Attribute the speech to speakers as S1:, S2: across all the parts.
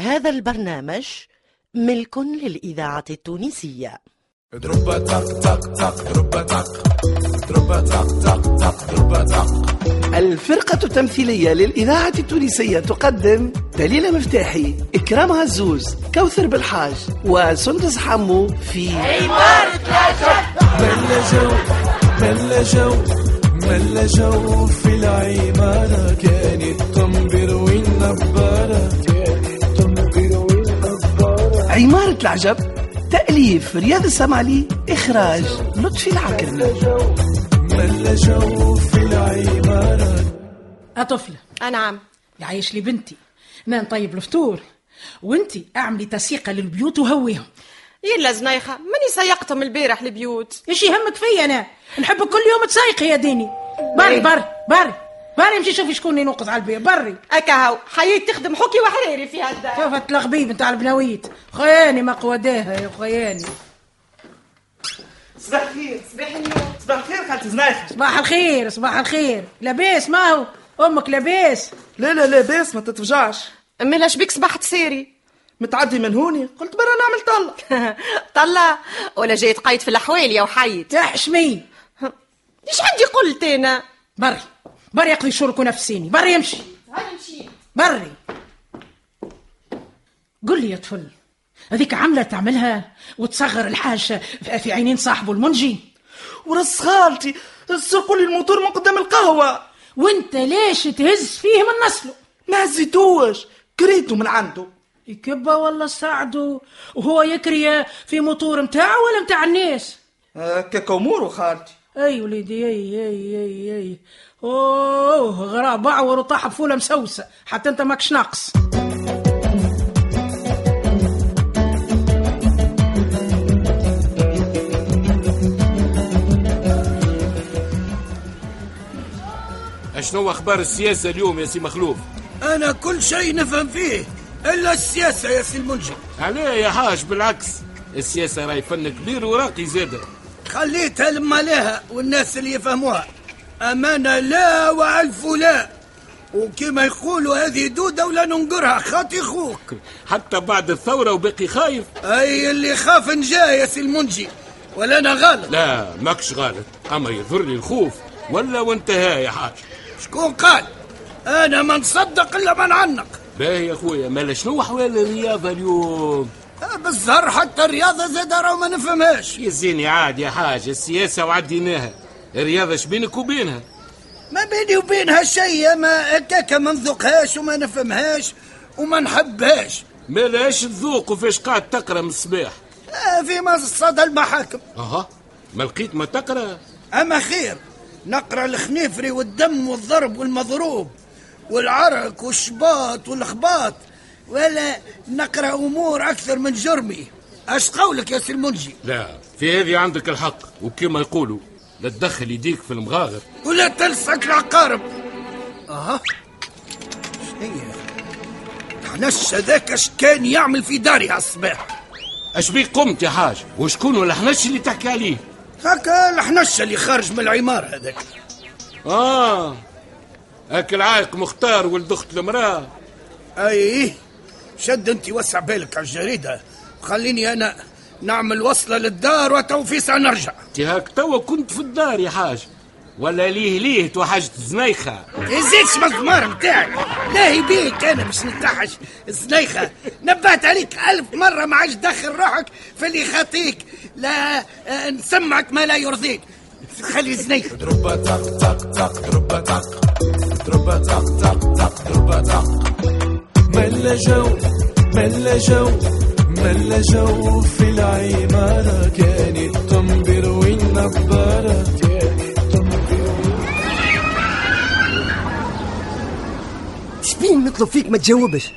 S1: هذا البرنامج ملك للإذاعة التونسية
S2: دروبا تق تق تق دروبا تق دروبا تق تق تق دروبا تق
S3: الفرقة التمثيلية للإذاعة التونسية تقدم دليلة مفتاحي إكرام عزوز كوثر بالحاج وسندس حمو في
S2: ملا جو ملا جو ملا جو في العمارة كانت تنبر والنبارة كانت تنبر والنبارة
S3: عمارة العجب تأليف رياض السمعلي إخراج لطفي العكرمي
S2: ملا جو في العمارة
S4: أطفلة
S5: نعم
S4: يعيش لي بنتي أنا نطيب الفطور وانتي اعملي تسيقة للبيوت وهويهم
S5: يلا زنيخة ماني سيقتم البارح البيوت
S4: ايش يهمك فيا انا نحبك كل يوم تسايقي يا ديني بري
S6: إيه.
S4: بري بري بري امشي شوفي شكون اللي ينقض على البيت بري
S5: أكا هاو حياة تخدم حكي وحريري في هالدار
S4: شوف التلغبيب نتاع البناويت خياني ما قواداها يا خياني
S6: صباح الخير صباح النور صباح الخير خالتي زنايخة
S4: صباح الخير صباح الخير لاباس ما هو امك لاباس
S6: لا لا لا باس ما تتفجعش
S5: مالا شبيك صبحت ساري
S6: متعدي من هوني قلت برا نعمل طلة
S5: طلع ولا جاي تقيد في الأحوال يا وحيد
S4: تحشمي
S5: ليش عندي قلت أنا
S4: بري بري يقضي شرك نفسيني بري يمشي
S5: هاني مشيت
S4: بري قل لي يا طفل هذيك عملة تعملها وتصغر الحاجة في عينين صاحبه المنجي
S6: ورس خالتي سرقوا لي الموتور من قدام القهوة
S4: وانت ليش تهز فيه من نسله
S6: ما هزيتوش كريته من عنده
S4: يكبه ولا ساعده وهو يكري في موتور متاعه ولا متاع الناس
S6: آه، كاكامورو خالتي
S4: اي وليدي اي اي اي اي اوه غراء بعور وطاح بفوله مسوسه حتى انت ماكش ناقص
S7: شنو اخبار السياسه اليوم يا سي مخلوف
S8: أنا كل شيء نفهم فيه إلا السياسة يا سي المنجي
S7: علاه يا حاج بالعكس السياسه راي فن كبير وراقي زاده
S8: خليتها لما لها والناس اللي يفهموها أمانة لا وألف لا وكما يقولوا هذه دودة ولا ننقرها خاطي خوك
S7: حتى بعد الثوره وباقي خايف
S8: أي اللي خاف نجا يا سي المنجي ولا أنا غالط
S7: لا ماكش غلط اما يضرني الخوف ولا وانتهى يا حاج
S8: شكون قال أنا ما نصدق إلا ما نعنق
S7: باهي يا خويا مالا شنو احوال الرياضه اليوم
S8: أه، بالزهر حتى الرياضة زاد راهو ما نفهمهاش
S7: يا زيني عاد يا حاج السياسه وعديناها الرياضه شبينك وبينها
S8: ما بيني وبينها شيء ما هكاك ما نذوقهاش وما نفهمهاش وما نحبهاش
S7: مالاش تذوق وفاش قاعد تقرا من الصباح
S8: آه، فيما صدى المحاكم
S7: اها ما لقيت ما تقرا
S8: اما خير نقرا الخنيفري والدم والضرب والمضروب والعرق والشباط والخباط ولا نقرا امور اكثر من جرمي اش قولك يا سي المنجي
S7: لا في هذه عندك الحق وكما يقولوا لا تدخل يديك في المغاغر
S8: ولا تلصق العقارب اها شنيا علاش هذاك اش كان يعمل في داري هالصباح
S7: اش بيك قمت يا حاج وشكون ولا حنش اللي تحكي عليه
S8: هكا الحنشة اللي خارج من العمارة هذاك
S7: اه هاك العايق مختار ولد اخت المراه
S8: اي شد انت وسع بالك على الجريده خليني انا نعمل وصله للدار وتوفيسة نرجع
S7: انت هاك توا كنت في الدار يا حاج ولا ليه ليه توحشت زنيخه
S8: يزيدش مزمار متاعي لاهي بيك انا باش نتحش الزنيخه نبهت عليك الف مره ما عادش دخل روحك في اللي خاطيك لا آه، نسمعك ما لا يرضيك خلي زنيخه
S2: دروبا تق تق تق دروبا تق دروبا تق تق تق دروبا تق ملا جو ملا جو ملا جو في العمارة كانت تنبر والنبارة كانت تنبر
S9: شبين نطلب فيك ما تجاوبش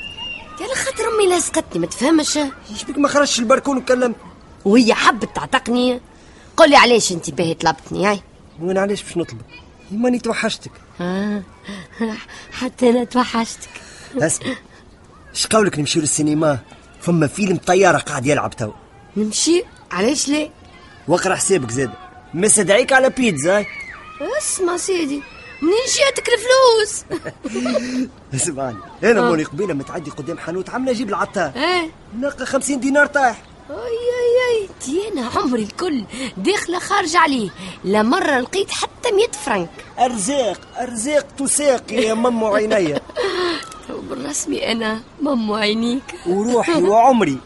S10: قال خاطر امي لاسقتني ما تفهمش
S9: شبيك ما خرجتش البركون وكلمت
S10: وهي حبت تعتقني قل لي علاش انت باهي طلبتني هاي
S9: وانا علاش باش نطلبك ماني توحشتك
S10: آه. حتى انا توحشتك
S9: اسمع اش قولك نمشيو للسينما فما فيلم طياره قاعد يلعب تو
S10: نمشي علاش لا
S9: واقرا حسابك زاد ما سدعيك على بيتزا
S10: اسمع سيدي منين جاتك الفلوس
S9: اسمعني انا
S10: آه.
S9: موني قبيله متعدي قدام حانوت عمله اجيب العطار
S10: ايه
S9: نلقى 50 دينار طايح
S10: اي اي اي تيانا عمري الكل داخله خارجه عليه لا مره لقيت حتى 100 فرنك
S9: ارزاق ارزاق تساق يا مم عينيا
S10: بالرسمي انا مم عينيك
S9: وروحي وعمري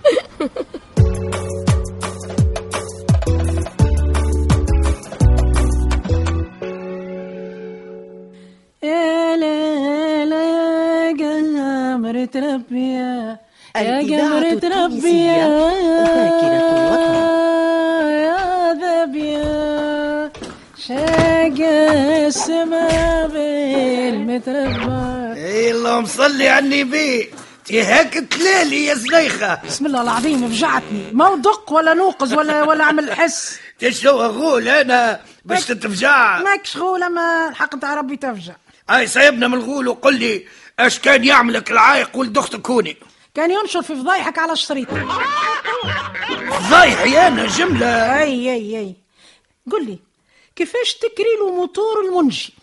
S4: يا ليلى يا قمرة ربي يا
S1: الإذاعة
S4: قمرة ربي
S1: التونسية ذاكرة وطنها
S4: يا ذبيا شاق السما بالمتربة
S8: اي اللهم صلي على النبي تي هاك تلالي يا زليخه
S4: بسم الله العظيم فجعتني ما ودق ولا نوقز ولا ولا اعمل حس
S8: تي شو غول انا باش تتفجع
S4: ماك شغول اما الحق نتاع ربي تفجع
S8: اي سايبنا من الغول وقل لي اش كان يعملك العايق ولد اختك كوني
S4: كان ينشر في فضايحك على الشريط
S8: ضايح يا انا جمله
S4: اي اي اي قل لي كيفاش تكري له موتور المنجي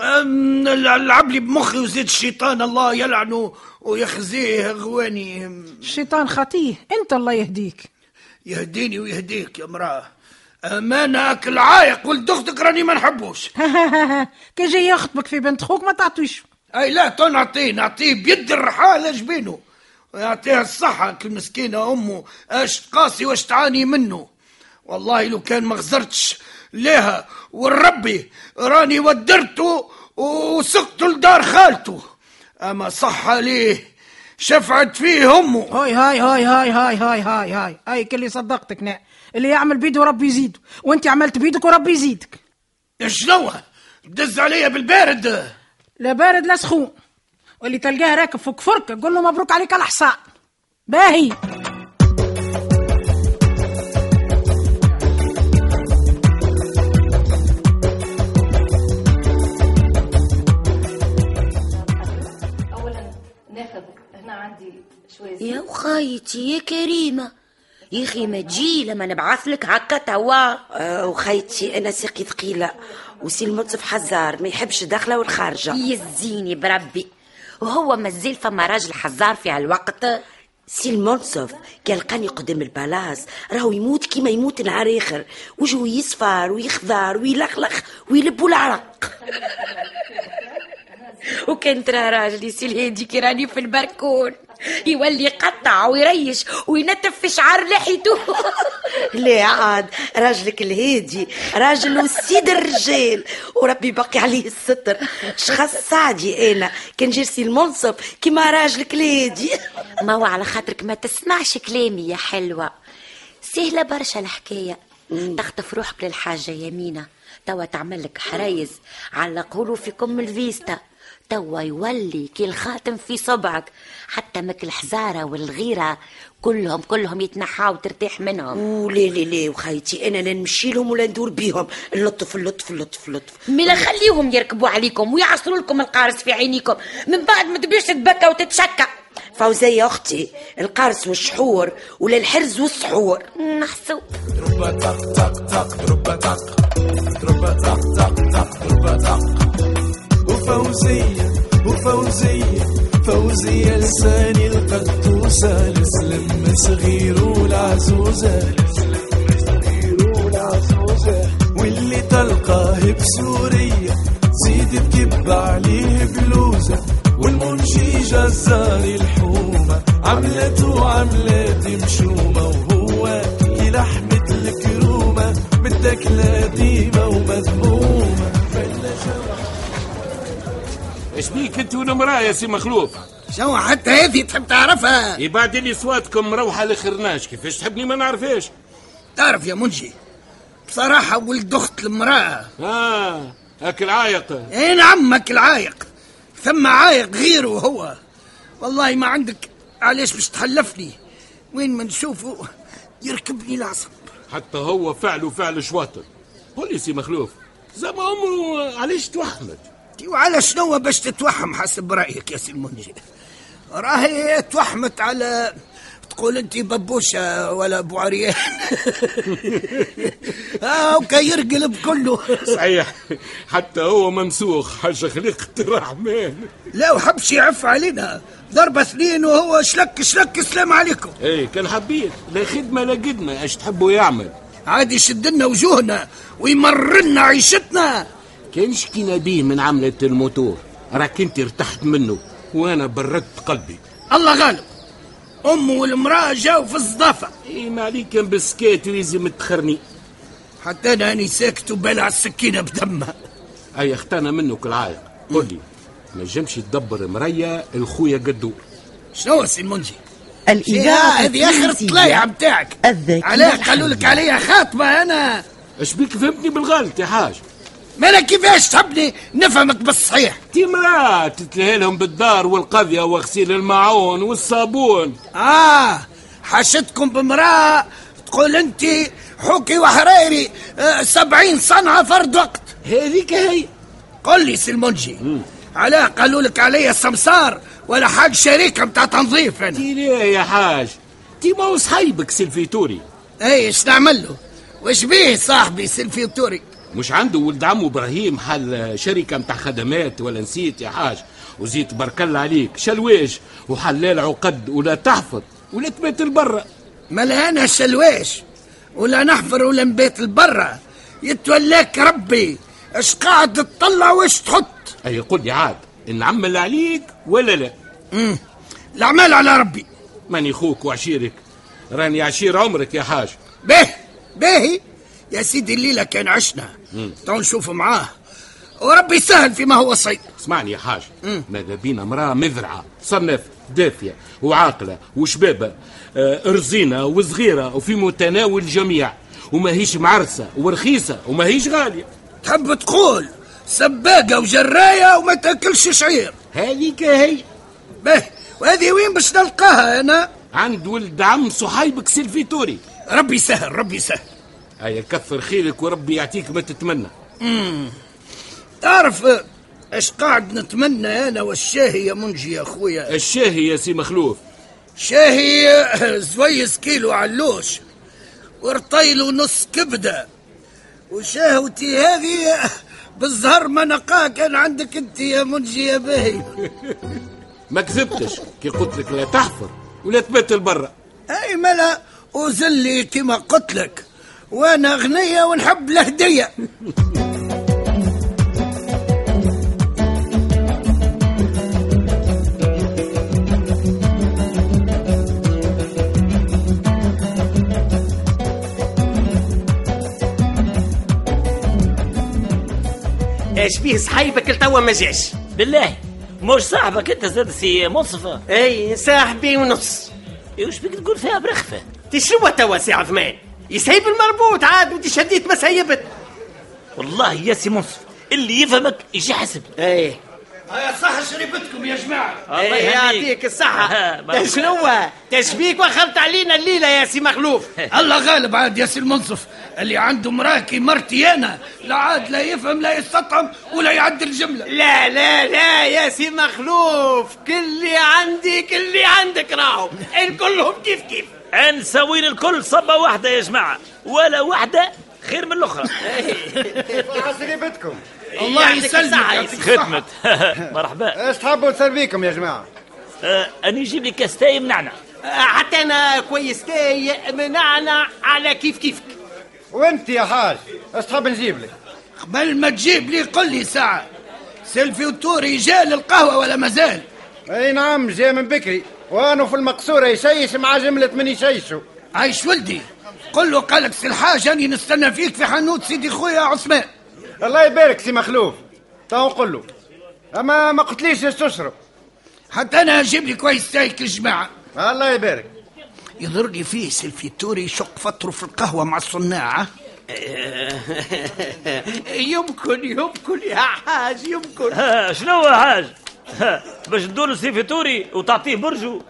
S8: أم، لعب لي بمخي وزيد الشيطان الله يلعنه ويخزيه غواني
S4: الشيطان خطيه انت الله يهديك
S8: يهديني ويهديك يا امراه أما انا كالعايق ولد اختك راني ما نحبوش
S4: كي جاي يخطبك في بنت خوك ما تعطيش
S8: اي لا تو نعطيه نعطيه بيد الرحاله جبينه يعطيها الصحة المسكينة أمه أش تقاسي واش تعاني منه والله لو كان ما غزرتش ليها والربي راني ودرته وسقته لدار خالته أما صح ليه شفعت فيه أمه
S4: هاي هاي هاي هاي هاي هاي هاي هاي هاي كل اللي صدقتك نا اللي يعمل بيده ربي يزيده وانت عملت بيدك وربي يزيدك
S8: شنو دز عليا بالبارد
S4: لا بارد لا سخون واللي تلقاه راكب فوق فركه قول له مبروك عليك على الحصان باهي
S11: اولا ناخذ هنا عندي شويه زيت.
S12: يا وخايتي يا كريمة يا اخي ما تجي لما نبعث لك هكا توا
S13: آه، وخيتي انا ساقي ثقيله وسي المنصف حزار ما يحبش الداخله والخارجه
S12: يزيني بربي وهو مازال فما راجل حزار في هالوقت
S13: سي المنصف كان لقاني قدام البلاص راهو يموت كيما يموت نهار اخر وجهه يصفر ويخضر ويلخلخ ويلب العرق
S12: وكان ترى راجلي سي الهادي كي راني في البركون يولي يقطع ويريش وينتف في شعر لحيته
S13: لا عاد راجلك الهادي راجل وسيد الرجال وربي باقي عليه الستر شخص سعدي انا كان جير سي المنصف كيما راجلك الهادي
S12: ما هو على خاطرك ما تسمعش كلامي يا حلوة سهلة برشا الحكاية تخطف روحك للحاجة يمينة توا تعمل لك حرايز علقهولو في كم الفيستا توا يولي كي الخاتم في صبعك حتى مك الحزارة والغيرة كلهم كلهم يتنحاو وترتاح منهم
S13: ولا لا لا وخيتي انا لا نمشي لهم ولا ندور بيهم اللطف اللطف اللطف اللطف
S12: ملا خليهم يركبوا عليكم ويعصروا لكم القارص في عينيكم من بعد ما تبيش تبكى وتتشكى
S13: فوزية أختي القرص والشحور ولا الحرز والسحور
S12: نحسو
S2: تربة تق تق تق تربة تق تربة تق تق تق تربة تق
S14: وفوزية وفوزية
S2: فوزي لساني القدوسة السلم صغير والعزوزة واللي تلقاه بسورية زيد تكب عليه بلوزة والمنشي جزار الحومة عملته عملات مشومة وهو كي لحمة الكرومة بدك لا ديمة ومذمومة
S7: اش بيك انت والمراه يا سي مخلوف
S8: شو حتى هذه تحب تعرفها
S7: يبعد لي صواتكم مروحه لخرناش كيفاش تحبني ما نعرفهاش
S8: تعرف يا منجي بصراحة ولد أخت المرأة
S7: اه هاك العايق
S8: اي نعم هاك العايق ثم عايق غيره هو والله ما عندك علاش باش تحلفني وين ما نشوفه يركبني العصب
S7: حتى هو فعله فعل شواطر قول لي سي مخلوف زعما عمره علاش توحمت
S8: تي وعلى شنو باش تتوهم حسب رايك يا سي المنجي راهي توحمت على تقول انت ببوشه ولا ابو عريان هاكا آه، يرقلب كله
S7: صحيح حتى هو ممسوخ حاجة خلقت الرحمن
S8: لا وحبش يعف علينا ضربة اثنين وهو شلك شلك السلام عليكم
S7: ايه كان حبيت لا خدمة لا قدمة اش تحبوا يعمل
S8: عادي يشدلنا وجوهنا ويمرنا عيشتنا
S7: كان شكينا بيه من عملة الموتور راك انت ارتحت منه وانا بردت قلبي
S8: الله غالب امه والمراه جاو في الصدافه
S7: اي إيه، ما عليك كان بسكيت ويزم تخرني
S8: حتى انا هاني ساكت وبلع السكينه بدمها
S7: اي اختنا منه كالعاده قول لي ما نجمش تدبر مريا الخويا قدو
S8: شنو سي المنجي
S1: الإذاعة
S8: هذه اخر
S1: التونسية.
S8: طلايع بتاعك
S1: الذاكرة
S8: علاه قالوا لك
S1: الحية.
S8: عليها خاطبه انا
S7: اش بيك فهمتني بالغلط يا حاج
S8: مالا كيفاش تحبني نفهمك بالصحيح
S7: تي مراه تتلهي لهم بالدار والقضيه وغسيل المعون والصابون
S8: اه حاشتكم بامراه تقول انت حوكي وحريري آه، سبعين صنعة فرد وقت هذيك هي قل لي سي المنجي علاه قالوا لك عليا سمسار ولا حاج شريكة متاع تنظيف انا
S7: تي ليه يا حاج تي ما هو صحيبك سلفيتوري
S8: اي اش إيه، نعمل له واش بيه صاحبي سلفيتوري
S7: مش عنده ولد عمو ابراهيم حل شركه متاع خدمات ولا نسيت يا حاج وزيت برك الله عليك شلواش وحلال عقد ولا تحفظ ولا تبات برا
S8: ملا انا شلواش ولا نحفر ولا نبات لبرا يتولاك ربي اش قاعد تطلع واش تحط
S7: اي قل لي عاد نعمل عليك ولا لا
S8: امم الاعمال على ربي
S7: ماني خوك وعشيرك راني عشير عمرك يا حاج
S8: باهي باهي يا سيدي الليلة كان عشنا تو نشوف معاه وربي يسهل فيما هو صيد
S7: اسمعني يا حاج ماذا بينا امراه مذرعه صنف دافيه وعاقله وشبابه آه، رزينه وصغيره وفي متناول الجميع وماهيش معرسه ورخيصه وماهيش غاليه
S8: تحب تقول سباقة وجراية وما تاكلش شعير
S7: هذيك هي
S8: باهي وهذه وين باش نلقاها انا
S7: عند ولد عم صحيبك سلفيتوري
S8: ربي يسهل ربي يسهل
S7: هيا كثر خيرك وربي يعطيك ما تتمنى
S8: مم. تعرف آه، اش قاعد نتمنى انا والشاهي يا منجي يا اخويا
S7: الشاهي يا سي مخلوف
S8: شاهي زويس كيلو علوش ورطيل ونص كبدة وشهوتي هذه بالزهر ما نقاه كان عندك انت يا منجي يا باهي
S7: ما كذبتش كي قلت لك لا تحفر ولا تبات برا
S8: اي ملا وزلي كما قلت لك وانا غنية ونحب الهدية
S15: اش بيه صحيبك لتوا ما جاش
S16: بالله مش صاحبك انت زاد سي منصفة
S15: اي صاحبي ونص
S16: وش بك تقول فيها برخفة
S15: تي شنو توا سي عثمان يسيب المربوط عاد وانت شديت ما سيبت
S16: والله يا سي منصفة اللي يفهمك يجي حسب
S15: ايه
S8: يا صح شريبتكم يا جماعة
S15: الله إيه، يعطيك الصحة تا شنو تشبيك وخلت علينا الليلة يا سي مخلوف
S8: الله غالب عاد يا سي المنصف اللي عنده مراكي مرتي انا لا عاد لا يفهم لا يستطعم ولا يعدل جملة
S15: لا لا لا يا سي مخلوف كلي عندي كلي عندك راهو الكلهم كيف كيف
S16: انساوين الكل صبة واحدة يا جماعة ولا واحدة خير من الأخرى
S17: عصريبتكم
S16: الله
S17: يعطيك
S16: يسلمك،
S17: الصحة.
S16: يعطيك خدمت مرحبا
S17: ايش تحبوا نصير بيكم يا جماعه؟
S16: أنا يجيب لي كاستاي منعنع
S15: آه، حتى انا كويس تاي منعنا على كيف كيفك
S17: وانت يا حاج ايش تحب نجيب لك؟
S8: قبل ما تجيب لي قل لي ساعة سيلفي وتوري جا للقهوة ولا مازال
S17: اي نعم جاي من بكري وانا في المقصوره يشيش مع جمله من يشيشوا
S8: عايش ولدي قل له قالك سي الحاج راني نستنى فيك في حانوت سيدي خويا عثمان
S17: الله يبارك سي مخلوف تو نقول له اما ما قلتليش ايش تشرب
S8: حتى انا اجيب لي كويس سايك يا جماعه
S17: الله يبارك
S8: يضر لي فيه سيلفي توري يشق فطره في القهوة مع الصناعة
S15: يمكن يمكن يا حاج يمكن
S16: ها، آه، شنو يا حاج ها، باش تدور سي فيتوري وتعطيه برجو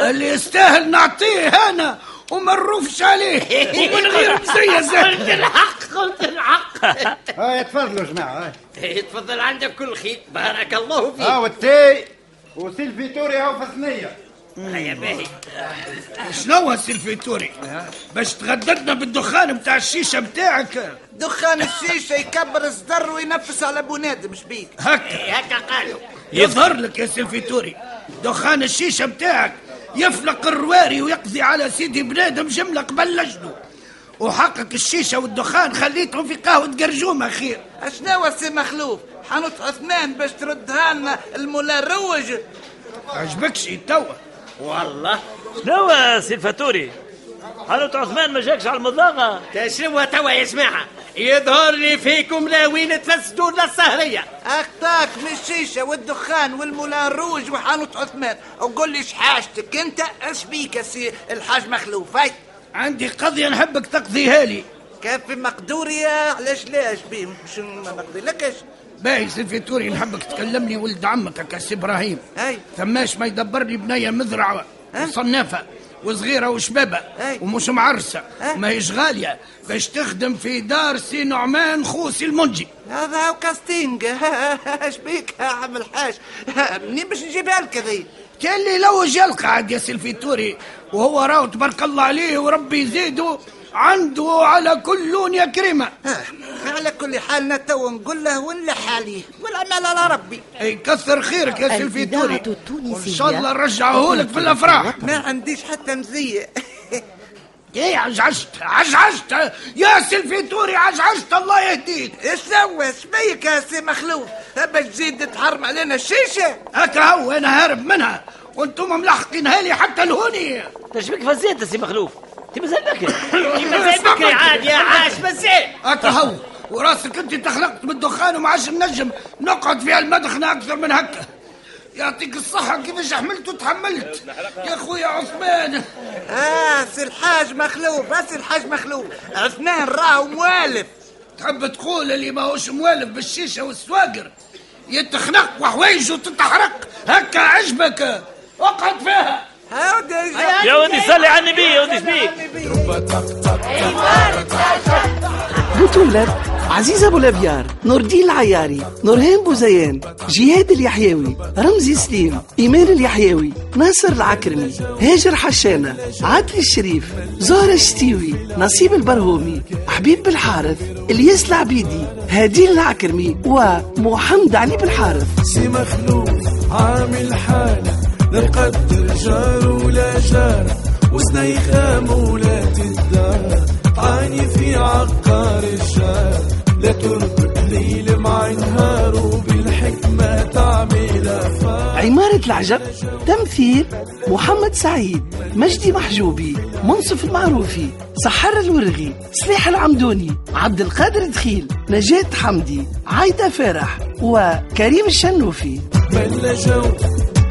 S8: اللي يستاهل نعطيه انا وما نروفش عليه ومن غير
S15: قلت
S8: مزيزة
S15: الحق قلت الحق
S17: هاي تفضلوا يا جماعه هاي
S15: تفضل عندك كل خير بارك الله فيك
S17: ها والتاي وسيل فيتوري هاو في الصينيه
S8: هيا باهي شنو السلفيتوري باش تغددنا بالدخان متاع الشيشه متاعك
S2: دخان الشيشة يكبر الصدر وينفس على بنادم شبيك
S8: هكا
S2: هكا قالوا
S8: يظهر لك يا سلفيتوري دخان الشيشة متاعك يفلق الرواري ويقضي على سيدي بنادم جملة قبل لجنه وحقك الشيشة والدخان خليتهم في قهوة قرجومة خير
S2: شنو سي مخلوف حانوت عثمان باش تردها لنا المولا روج
S8: عجبكش توا والله
S1: شنو يا سي الفاتوري حلوت عثمان ما جاكش على المضاغه
S18: شنو توا يا جماعه يظهر لي فيكم لاوين تفسدوا لنا السهريه
S2: اخطاك من الشيشة والدخان والمولا روج وحانوت عثمان وقول لي شحاجتك انت اش بيك يا سي الحاج مخلوف هاي
S8: عندي قضية نحبك تقضيها لي
S2: كان في مقدوري علاش لاش بيه مش ما نقضي لكش
S8: باهي سي الفيتوري نحبك تكلمني ولد عمك هكا سي ابراهيم
S2: اي
S8: ثماش ما يدبر لي بنيه مذرعه وصنافه وصغيره وشبابه ومش معرسه وماهيش غاليه باش تخدم في دار سي نعمان خوسي المنجي
S2: هذا هو كاستينج اش بيك يا عم الحاج منين باش نجيبها لك هذي
S8: كان اللي يلوج يلقى عاد يا سي الفيتوري وهو راهو تبارك الله عليه وربي يزيده عنده على كل لون يا كريمه
S2: على كل حالنا تو نقول له ونلح عليه والعمل على ربي
S8: يكثر خيرك يا سي الفيتوري
S2: الإذاعة التونسية.
S8: وان شاء الله نرجعه لك في الافراح
S2: ما عنديش حتى مزيه
S8: ايه عجعجت عجعجت يا سلفيتوري عجعجت الله يهديك
S2: ايش سوى ايش بيك يا سي مخلوف باش تزيد تحرم علينا الشيشه
S8: هكا هو انا هارب منها وانتم ملحقينها لي حتى لهوني
S1: تشبيك فزيت سي مخلوف انت مازال بكري
S18: إيه مازال بكري عاد يا عاش مازال
S8: هكا هو وراسك انت تخلقت بالدخان وما عادش نجم نقعد في المدخنه اكثر من هكا يعطيك الصحة كيفاش حملت وتحملت يا خويا عثمان
S2: اه سي الحاج مخلوف اه سي الحاج مخلوف عثمان راهو موالف
S8: تحب تقول اللي ماهوش موالف بالشيشة والسواقر يتخنق وحوايج وتتحرق هكا عجبك اقعد فيها
S1: يا ودي صلي على النبي يا ودي شبيك
S19: بطولة عزيزة بولافيار نور الدين العياري نورهان بوزيان جهاد اليحيوي رمزي سليم إيمان اليحيوي ناصر العكرمي هاجر حشانة عادل الشريف زهرة الشتيوي نصيب البرهومي حبيب بالحارث الياس العبيدي هادين العكرمي ومحمد علي بالحارث
S7: سي مخلوف عامل حالة لا يقدر جار ولا جارة وسنيخة مولاة الدار عاني في عقار الشار لا تربط ليل مع نهار وبالحكمة تعمل أفكار
S19: عمارة العجب تمثيل محمد سعيد مجدي محجوبي منصف المعروفي سحر الورغي سلاح العمدوني عبد القادر دخيل نجاة حمدي عايدة فرح وكريم الشنوفي
S7: ملا جو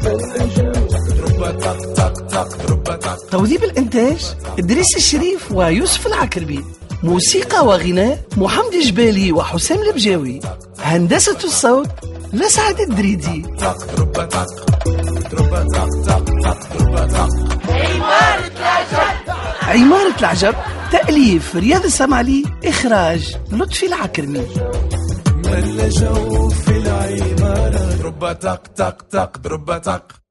S7: ملا جو تربة تق تق تق تربة تق
S19: توذيب الإنتاج إدريس الشريف ويوسف العكربي موسيقى وغناء محمد جبالي وحسام البجاوي هندسة الصوت لسعد الدريدي
S7: تربة تق تربة تق تق تق تربة تق
S19: عمارة العجب تأليف رياض السمعلي إخراج لطفي العكرمي
S7: ملا جو في العمارة تربة تق تق تق تربة تق